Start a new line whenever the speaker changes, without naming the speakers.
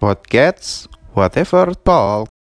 What gets whatever talk.